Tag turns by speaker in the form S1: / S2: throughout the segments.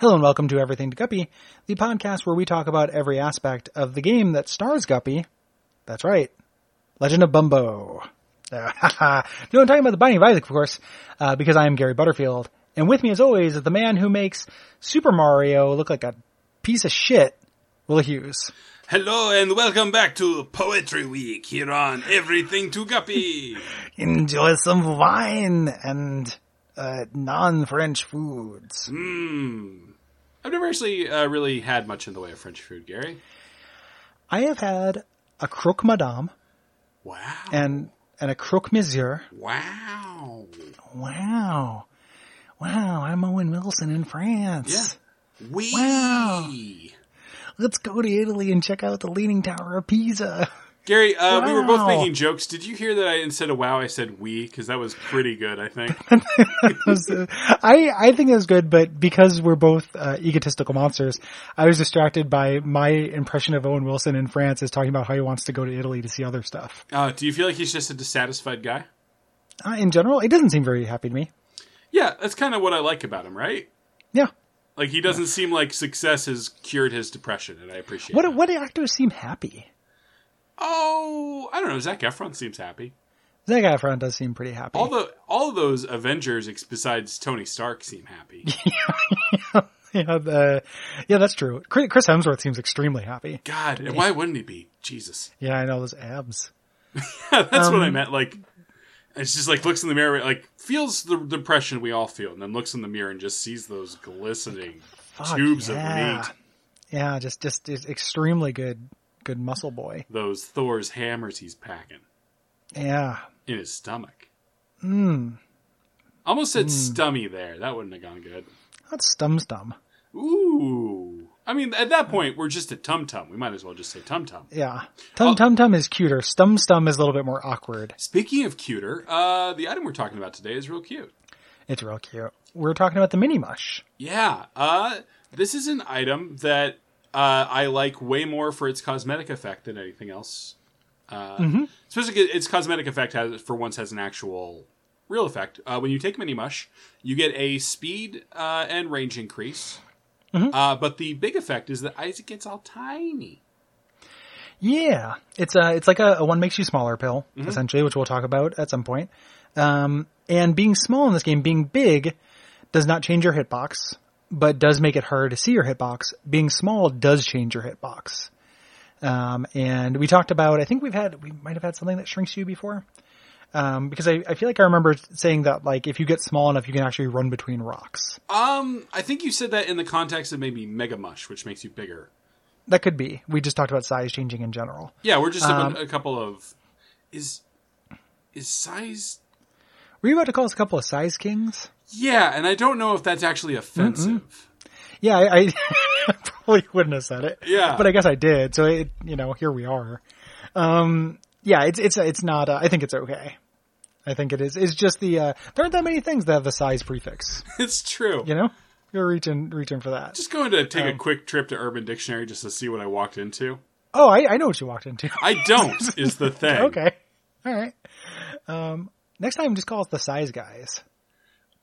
S1: Hello and welcome to Everything to Guppy, the podcast where we talk about every aspect of the game that stars Guppy. That's right, Legend of Bumbo. Uh, no, I'm talking about the Binding of Isaac, of course, uh, because I am Gary Butterfield, and with me, as always, is the man who makes Super Mario look like a piece of shit, Will Hughes.
S2: Hello and welcome back to Poetry Week here on Everything to Guppy.
S1: Enjoy some wine and uh, non-French foods.
S2: Mmm. I've never actually uh, really had much in the way of French food, Gary.
S1: I have had a croque madame
S2: Wow.
S1: and and a croque monsieur.
S2: wow.
S1: Wow. Wow, I'm Owen Wilson in France.
S2: Yeah. We.
S1: Wow. Let's go to Italy and check out the Leaning Tower of Pisa.
S2: Gary, uh, we were both
S1: Wow.
S2: making jokes. Did you hear that I instead of wow I said we because that was pretty good, I think.
S1: uh, I, I think it was good, but because we're both uh, egotistical monsters, I was distracted by my impression of Owen Wilson in France is talking about how he wants to go to Italy to see other stuff.
S2: Uh, do you feel like he's just a dissatisfied guy?
S1: Uh, in general, it doesn't seem very happy to me.
S2: Yeah, that's kind of what I like about him, right?
S1: Yeah.
S2: Like he doesn't seem like success has cured his depression, and I appreciate.
S1: What,
S2: that.
S1: what do actors seem happy?
S2: Oh, I don't know. Zach Efron seems happy.
S1: Zac Efron does seem pretty happy.
S2: All the all those Avengers ex- besides Tony Stark seem happy.
S1: yeah, the, yeah, that's true. Chris Chris Hemsworth seems extremely happy.
S2: God, and why wouldn't he be? Jesus,
S1: Yeah, I know those abs.
S2: that's what
S1: Um,
S2: I meant. Like, it's just like looks in the mirror, like feels the depression we all feel, and then looks in the mirror and just sees those glistening
S1: Fuck,
S2: tubes
S1: yeah.
S2: of meat,
S1: Yeah, just just is extremely good good muscle boy.
S2: those Thor's hammers he's packing
S1: Yeah.
S2: in his stomach.
S1: Mm.
S2: Almost
S1: Hmm.
S2: said stummy there. That wouldn't have gone good.
S1: That's stum stum.
S2: Ooh. I mean, at that point, we're just at tum tum. We might as well just say tum tum.
S1: Yeah. Tum
S2: Oh.
S1: tum tum is cuter. Stum stum is a little bit more awkward.
S2: Speaking of cuter, uh, the item we're talking about today is real cute.
S1: It's real cute. We're talking about the mini mush.
S2: Yeah, uh, this is an item that uh, I like way more for its cosmetic effect than anything else. Uh, Especially 'cause its cosmetic effect has, for once, has an actual real effect. Uh, when you take Mini Mush, you get a speed uh, and range increase. Uh, but the big effect is that Isaac gets all tiny.
S1: Yeah. It's a it's like a, a one makes you smaller pill, essentially, which we'll talk about at some point. Um and being small in this game, being big does not change your hitbox, but does make it harder to see your hitbox. Being small does change your hitbox. Um, and we talked about, I think we've had, we might have had something that shrinks you before. Um, because I, I feel like I remember saying that, like, if you get small enough, you can actually run between rocks.
S2: Um, I think you said that in the context of maybe Mega Mush, which makes you bigger.
S1: That could be. We just talked about size changing in general.
S2: Yeah, we're just up a, a couple of is is size
S1: Were you about to call us a couple of size kings?
S2: Yeah, and I don't know if that's actually offensive.
S1: Yeah, I, I probably wouldn't have said it.
S2: Yeah.
S1: but I guess I did. So it, you know, here we are. Um, yeah, it's it's it's not. Uh, I think it's okay. I think it is. It's just the uh, there aren't that many things that have the size prefix.
S2: It's true.
S1: You know, you're reaching reaching for that.
S2: Just going to take a quick trip to Urban Dictionary just to see what I walked into.
S1: Oh, I, I know what you walked into.
S2: I don't is the thing.
S1: okay, all right. Um, next time, just call us the size guys.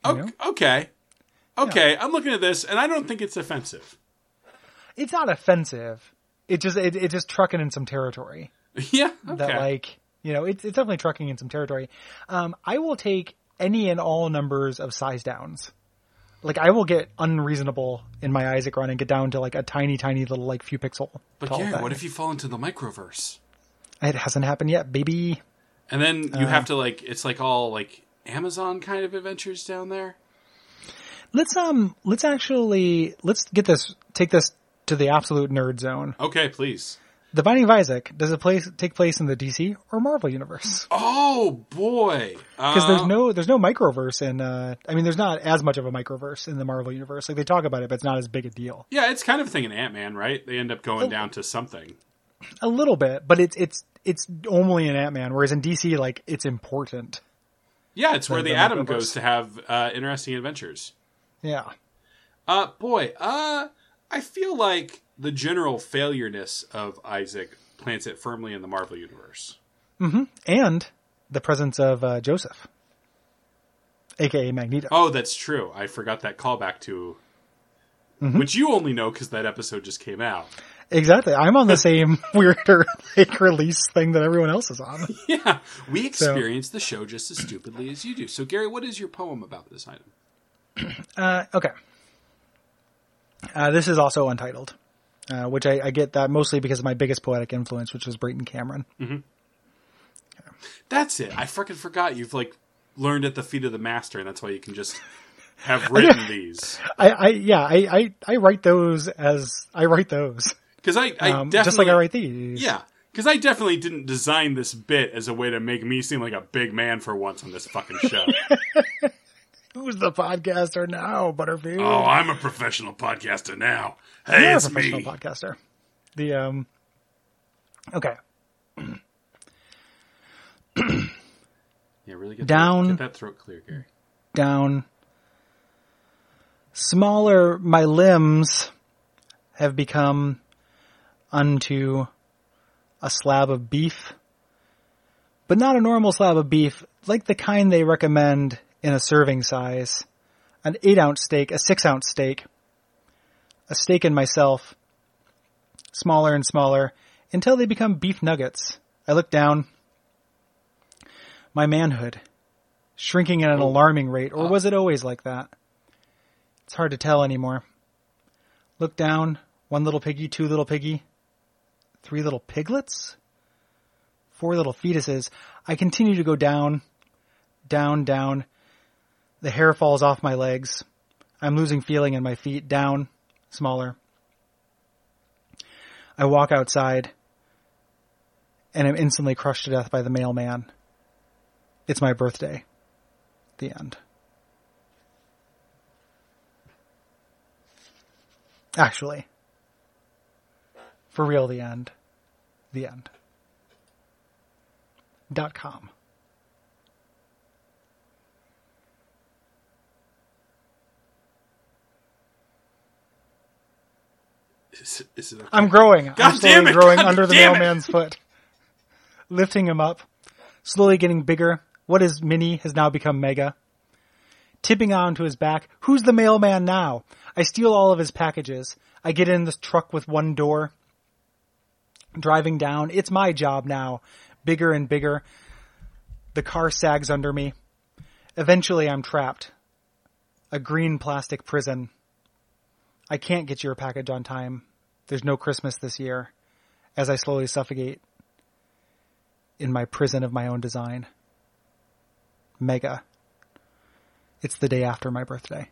S2: O- Okay. Okay. I'm looking at this and I don't think it's offensive.
S1: It's not offensive. It just it, it's just trucking in some territory.
S2: yeah. Okay.
S1: that like you know it's it's definitely trucking in some territory. Um, I will take any and all numbers of size downs. Like I will get unreasonable in my Isaac run and get down to like a tiny, tiny little like few pixel.
S2: but
S1: tall
S2: Gary,
S1: thing.
S2: what if you fall into the microverse?
S1: it hasn't happened yet, baby?
S2: And then
S1: Uh-huh.
S2: you have to like it's like all like Amazon kind of adventures down there.
S1: Let's um, let's actually let's get this take this to the absolute nerd zone.
S2: Okay, please.
S1: The Binding of Isaac does it place take place in the DC or Marvel universe?
S2: Oh boy.
S1: Because
S2: Uh,
S1: there's no there's no microverse in uh, I mean there's not as much of a microverse in the Marvel universe. Like they talk about it, but it's not as big a deal.
S2: Yeah, it's kind of a thing in Ant Man, right? They end up
S1: Oh.
S2: going down to something.
S1: A little bit, but it's it's it's only in Ant Man, whereas in DC, like it's important.
S2: Yeah, it's where the,
S1: the
S2: Atom
S1: microverse.
S2: goes to have uh, interesting adventures.
S1: Yeah,
S2: Uh, boy, uh, I feel like the general failureness of Isaac plants it firmly in the Marvel universe.
S1: and the presence of uh, Joseph, aka Magneto.
S2: Oh, that's true. I forgot that callback to
S1: Mm-hmm.
S2: which you only know because that episode just came out.
S1: Exactly. I'm on the same weirder like release thing that everyone else is on.
S2: Yeah, we experience the show just as stupidly as you do. So, Gary, what is your poem about this item?
S1: Uh, okay. Uh, this is also untitled, uh, which I, I get that mostly because of my biggest poetic influence, which was Brayton Cameron.
S2: That's it. I freaking forgot you've like learned at the feet of the master, and that's why you can just have written these.
S1: I, I yeah, I, I, I write those as I write those,
S2: Because I, I
S1: um,
S2: definitely
S1: just like I write these.
S2: Yeah, because I definitely didn't design this bit as a way to make me seem like a big man for once on this fucking show.
S1: Who's the podcaster now, Butterfield?
S2: oh, I'm a professional podcaster now. Hey,
S1: You're a
S2: it's
S1: professional
S2: me.
S1: podcaster. The um, okay.
S2: yeah, really good.
S1: Down.
S2: Get that throat clear, Gary.
S1: down. Smaller my limbs have become unto a slab of beef, but not a normal slab of beef, like the kind they recommend in a serving size. An eight ounce steak, a six ounce steak, a steak in myself, smaller and smaller until they become beef nuggets. I look down. My manhood shrinking at an alarming rate, or was it always like that? It's hard to tell anymore. Look down, one little piggy, two little piggy, three little piglets, four little fetuses. I continue to go down, down, down. The hair falls off my legs. I'm losing feeling in my feet, down, smaller. I walk outside and am instantly crushed to death by the mailman. It's my birthday the end. Actually, for real, the end. The end. Dot com.
S2: Is, it- is it okay?
S1: I'm growing.
S2: God
S1: I'm slowly
S2: damn it,
S1: growing
S2: God
S1: under the
S2: damn it.
S1: mailman's foot, lifting him up, slowly getting bigger. What is mini has now become mega. Tipping onto his back. Who's the mailman now? I steal all of his packages. I get in this truck with one door. Driving down. It's my job now. Bigger and bigger. The car sags under me. Eventually, I'm trapped. A green plastic prison. I can't get your package on time. There's no Christmas this year as I slowly suffocate in my prison of my own design. Mega. It's the day after my birthday.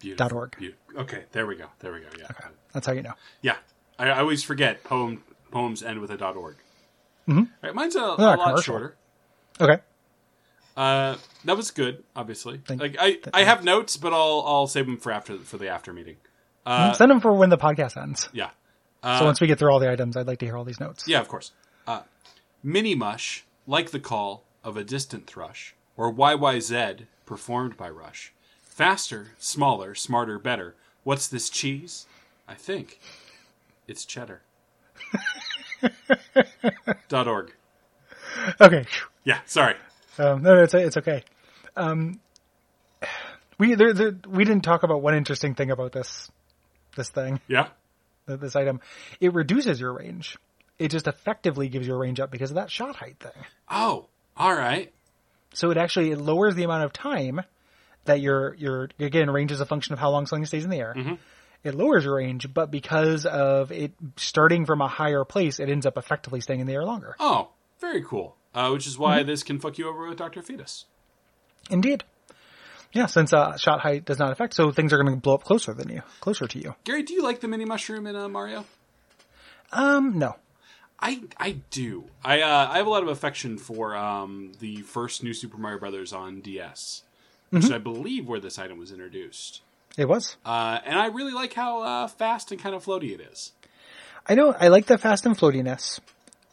S2: Beautiful.
S1: dot org.
S2: Beautiful. Okay, there we go. There we go. Yeah,
S1: That's how you know.
S2: yeah. I, I always forget poem poems end with a dot org. All right, mine's a, a
S1: Mm-hmm. not a
S2: lot
S1: commercial.
S2: shorter.
S1: Okay.
S2: Uh, that was good. Obviously,
S1: Thank-
S2: like I, I have notes, but I'll I'll save them for after for the after meeting.
S1: Send them for when the podcast ends.
S2: Yeah.
S1: so once we get through all the items, I'd like to hear all these notes.
S2: Yeah, of course. Uh, Mini Mush, like the call of a distant thrush, or YYZ, performed by Rush. Faster, smaller, smarter, better. What's this cheese? I think it's cheddar. Dot org.
S1: Okay.
S2: Yeah, sorry.
S1: Um, no, no, it's, it's okay. Um, we there, there, we didn't talk about one interesting thing about this this thing.
S2: Yeah,
S1: th- this item, it reduces your range. It just effectively gives your range up because of that shot height thing.
S2: Oh, all right.
S1: So it actually it lowers the amount of time that your your again range is a function of how long something stays in the air. It lowers your range, but because of it starting from a higher place, it ends up effectively staying in the air longer.
S2: Oh, very cool. Uh, which is why this can fuck you over with Dr. Fetus.
S1: Indeed. Yeah, since uh, shot height does not affect, so things are going to blow up closer than you, closer to you.
S2: Gary, do you like the mini mushroom in uh, Mario?
S1: Um, no,
S2: I I do. I uh, I have a lot of affection for um, the first new Super Mario Brothers on DS, which I believe where this item was introduced.
S1: it was.
S2: Uh, and I really like how uh, fast and kind of floaty it is.
S1: I don't. I like the fast and floatiness.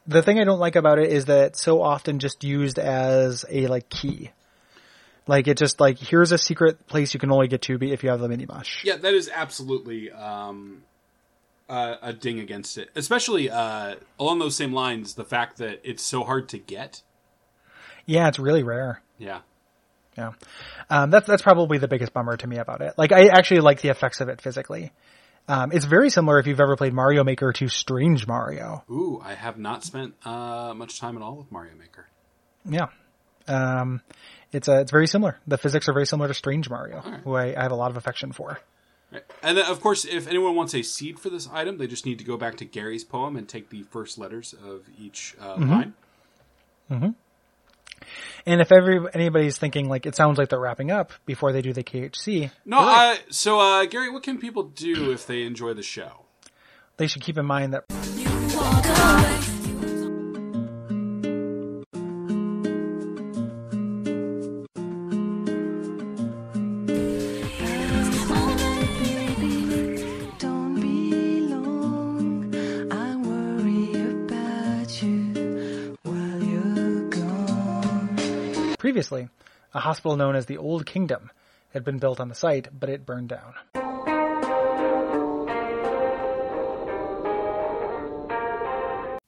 S1: The thing I don't like about it is that it's so often just used as a like key. Like it just like here's a secret place you can only get to be if you have the mini mush.
S2: Yeah, that is absolutely um, uh, a ding against it. Especially uh, along those same lines, the fact that it's so hard to get.
S1: Yeah, it's really rare.
S2: Yeah.
S1: Yeah, um, that's that's probably the biggest bummer to me about it. Like, I actually like the effects of it physically. Um, it's very similar if you've ever played Mario Maker to Strange Mario.
S2: Ooh, I have not spent uh, much time at all with Mario Maker.
S1: Yeah, um, it's uh, it's very similar. The physics are very similar to Strange Mario, who I, I have a lot of affection for.
S2: Right. And then, of course, if anyone wants a seed for this item, they just need to go back to Gary's poem and take the first letters of each uh,
S1: Mm-hmm.
S2: line.
S1: And if every anybody's thinking like it sounds like they're wrapping up before they do the KHC,
S2: No, uh, so uh, Gary, what can people do if they enjoy the show?
S1: they should keep in mind that
S3: Walk away.
S4: Don't be long. I worry about you while you're gone.
S1: previously, a hospital known as the Old Kingdom had been built on the site, but it burned down.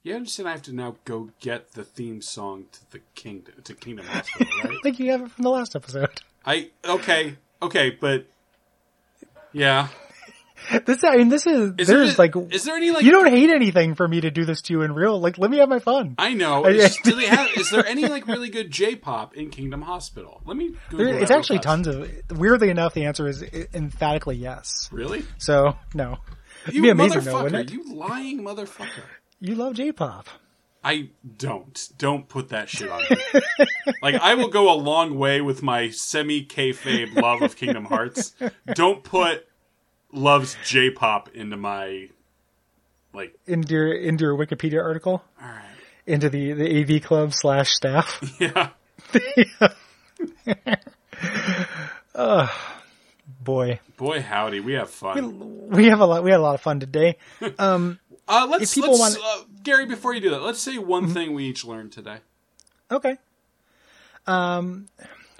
S2: You understand? I have to now go get the theme song to the kingdom to Kingdom Hospital,
S1: I
S2: right?
S1: think you have it from the last episode.
S2: I okay, okay, but yeah,
S1: This, I mean, this is
S2: is
S1: there's
S2: there,
S1: like
S2: is there any like
S1: you don't hate anything for me to do this to you in real. Like, let me have my fun.
S2: I know.
S1: I-
S2: It's just, do they have? Is there any like really good J-pop in Kingdom Hospital? Let me. Google
S1: There-
S2: that
S1: it's
S2: real
S1: actually
S2: fast.
S1: tons of. Weirdly enough, the answer is emphatically yes.
S2: Really?
S1: So no,
S2: You
S1: be amazing, though,
S2: motherfucker!
S1: wouldn't it?
S2: you lying motherfucker!
S1: you love J-pop.
S2: I don't. Don't put that shit on me. like I will go a long way with my semi kayfabe love of Kingdom Hearts. Don't put loves J-pop into my like.
S1: into your into your Wikipedia article,
S2: All right.
S1: into the the AV Club slash staff.
S2: Yeah.
S1: Boy,
S2: Boy, howdy, we have fun.
S1: we have a lot. We had a lot of fun today.
S2: Uh, let's,
S1: if people
S2: let's uh, Gary, before you do that, let's say one thing we each learned today.
S1: Okay. Um,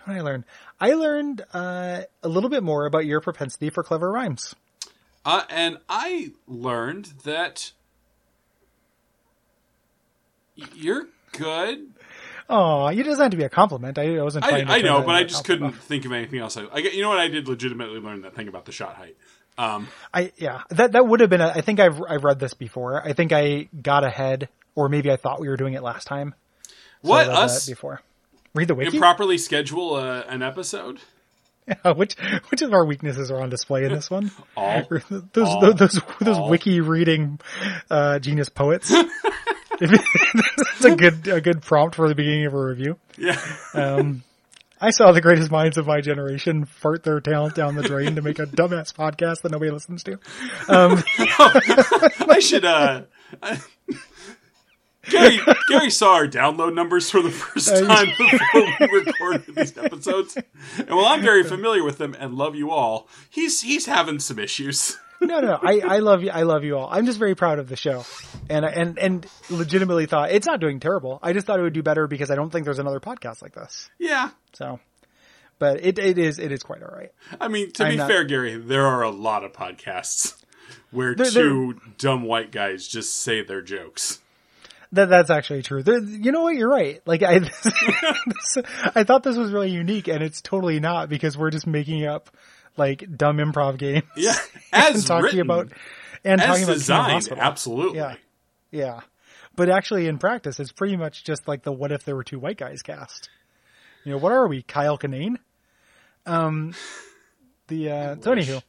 S1: what did I learn? I learned uh, a little bit more about your propensity for clever rhymes.
S2: Uh, and I learned that y- you're good.
S1: Oh, you doesn't have to be a compliment. I, I wasn't.
S2: I,
S1: Trying to
S2: I
S1: turn
S2: know,
S1: that
S2: but I
S1: into a
S2: just couldn't
S1: compliment.
S2: think of anything else. I, I get- you know what? I did legitimately learn that thing about the shot height. Um,
S1: I yeah. That that would have been. A, I think I've I've read this before. I think I got ahead, or maybe I thought we were doing it last time. So I
S2: what
S1: read
S2: us
S1: that before? Read the wiki. Uh,
S2: improperly schedule uh, an episode?
S1: which which of our weaknesses are on display in this one?
S2: All
S1: those
S2: All.
S1: those those, those
S2: All.
S1: wiki reading uh, genius poets. That's a good a good prompt for the beginning of a review.
S2: yeah.
S1: I saw the greatest minds of my generation fart their talent down the drain to make a dumbass podcast that nobody listens to.
S2: I should. Uh, I- Gary Gary saw our download numbers for the first time before we recorded these episodes, and while I'm very familiar with them and love you all, he's he's having some issues.
S1: No, no, I, I love you. I love you all. I'm just very proud of the show, and and and legitimately thought it's not doing terrible. I just thought it would do better because I don't think there's another podcast like this.
S2: Yeah,
S1: So, but it it is it is quite all right.
S2: I mean to
S1: I'm
S2: be
S1: not-
S2: fair, Gary, there are a lot of podcasts where
S1: There- there-
S2: 2 dumb white guys just say their jokes.
S1: That that's actually true. There, you know what? You're right. Like I, this- I thought this was really unique, and it's totally not because we're just making up like dumb improv games
S2: Yeah, as
S1: and talking
S2: written,
S1: about and
S2: as
S1: talking about Kingdom
S2: designed,
S1: Hospital.
S2: absolutely.
S1: Yeah, yeah. But actually, in practice, it's pretty much just like the "What if there were two white guys" cast. You know, what are we, Kyle Kinane? Um, the uh, so
S2: wish.
S1: anywho,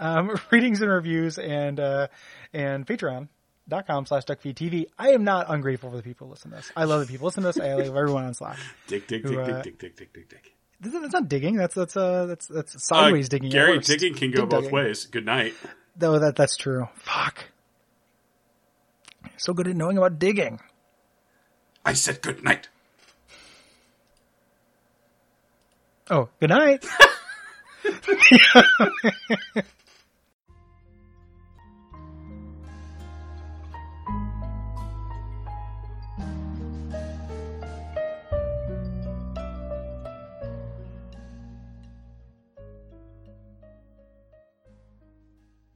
S1: um, ratings and reviews and uh, and Patreon. Dot com slash duckfeedtv. I am not ungrateful for the people who listen to this. I love the people who listen to this. I love everyone on Slack.
S2: Dick, dick,
S1: Who,
S2: dick,
S1: uh,
S2: dick, dick, dick, dick, dick, dick.
S1: That's that's not digging. That's that's uh that's that's
S2: Uh,
S1: sideways digging. at
S2: Gary,
S1: worst.
S2: digging can go
S1: Dig
S2: both
S1: digging.
S2: ways. Good night.
S1: No, that that's true. Fuck. So good at knowing about digging.
S2: I said good night.
S1: Oh, good night.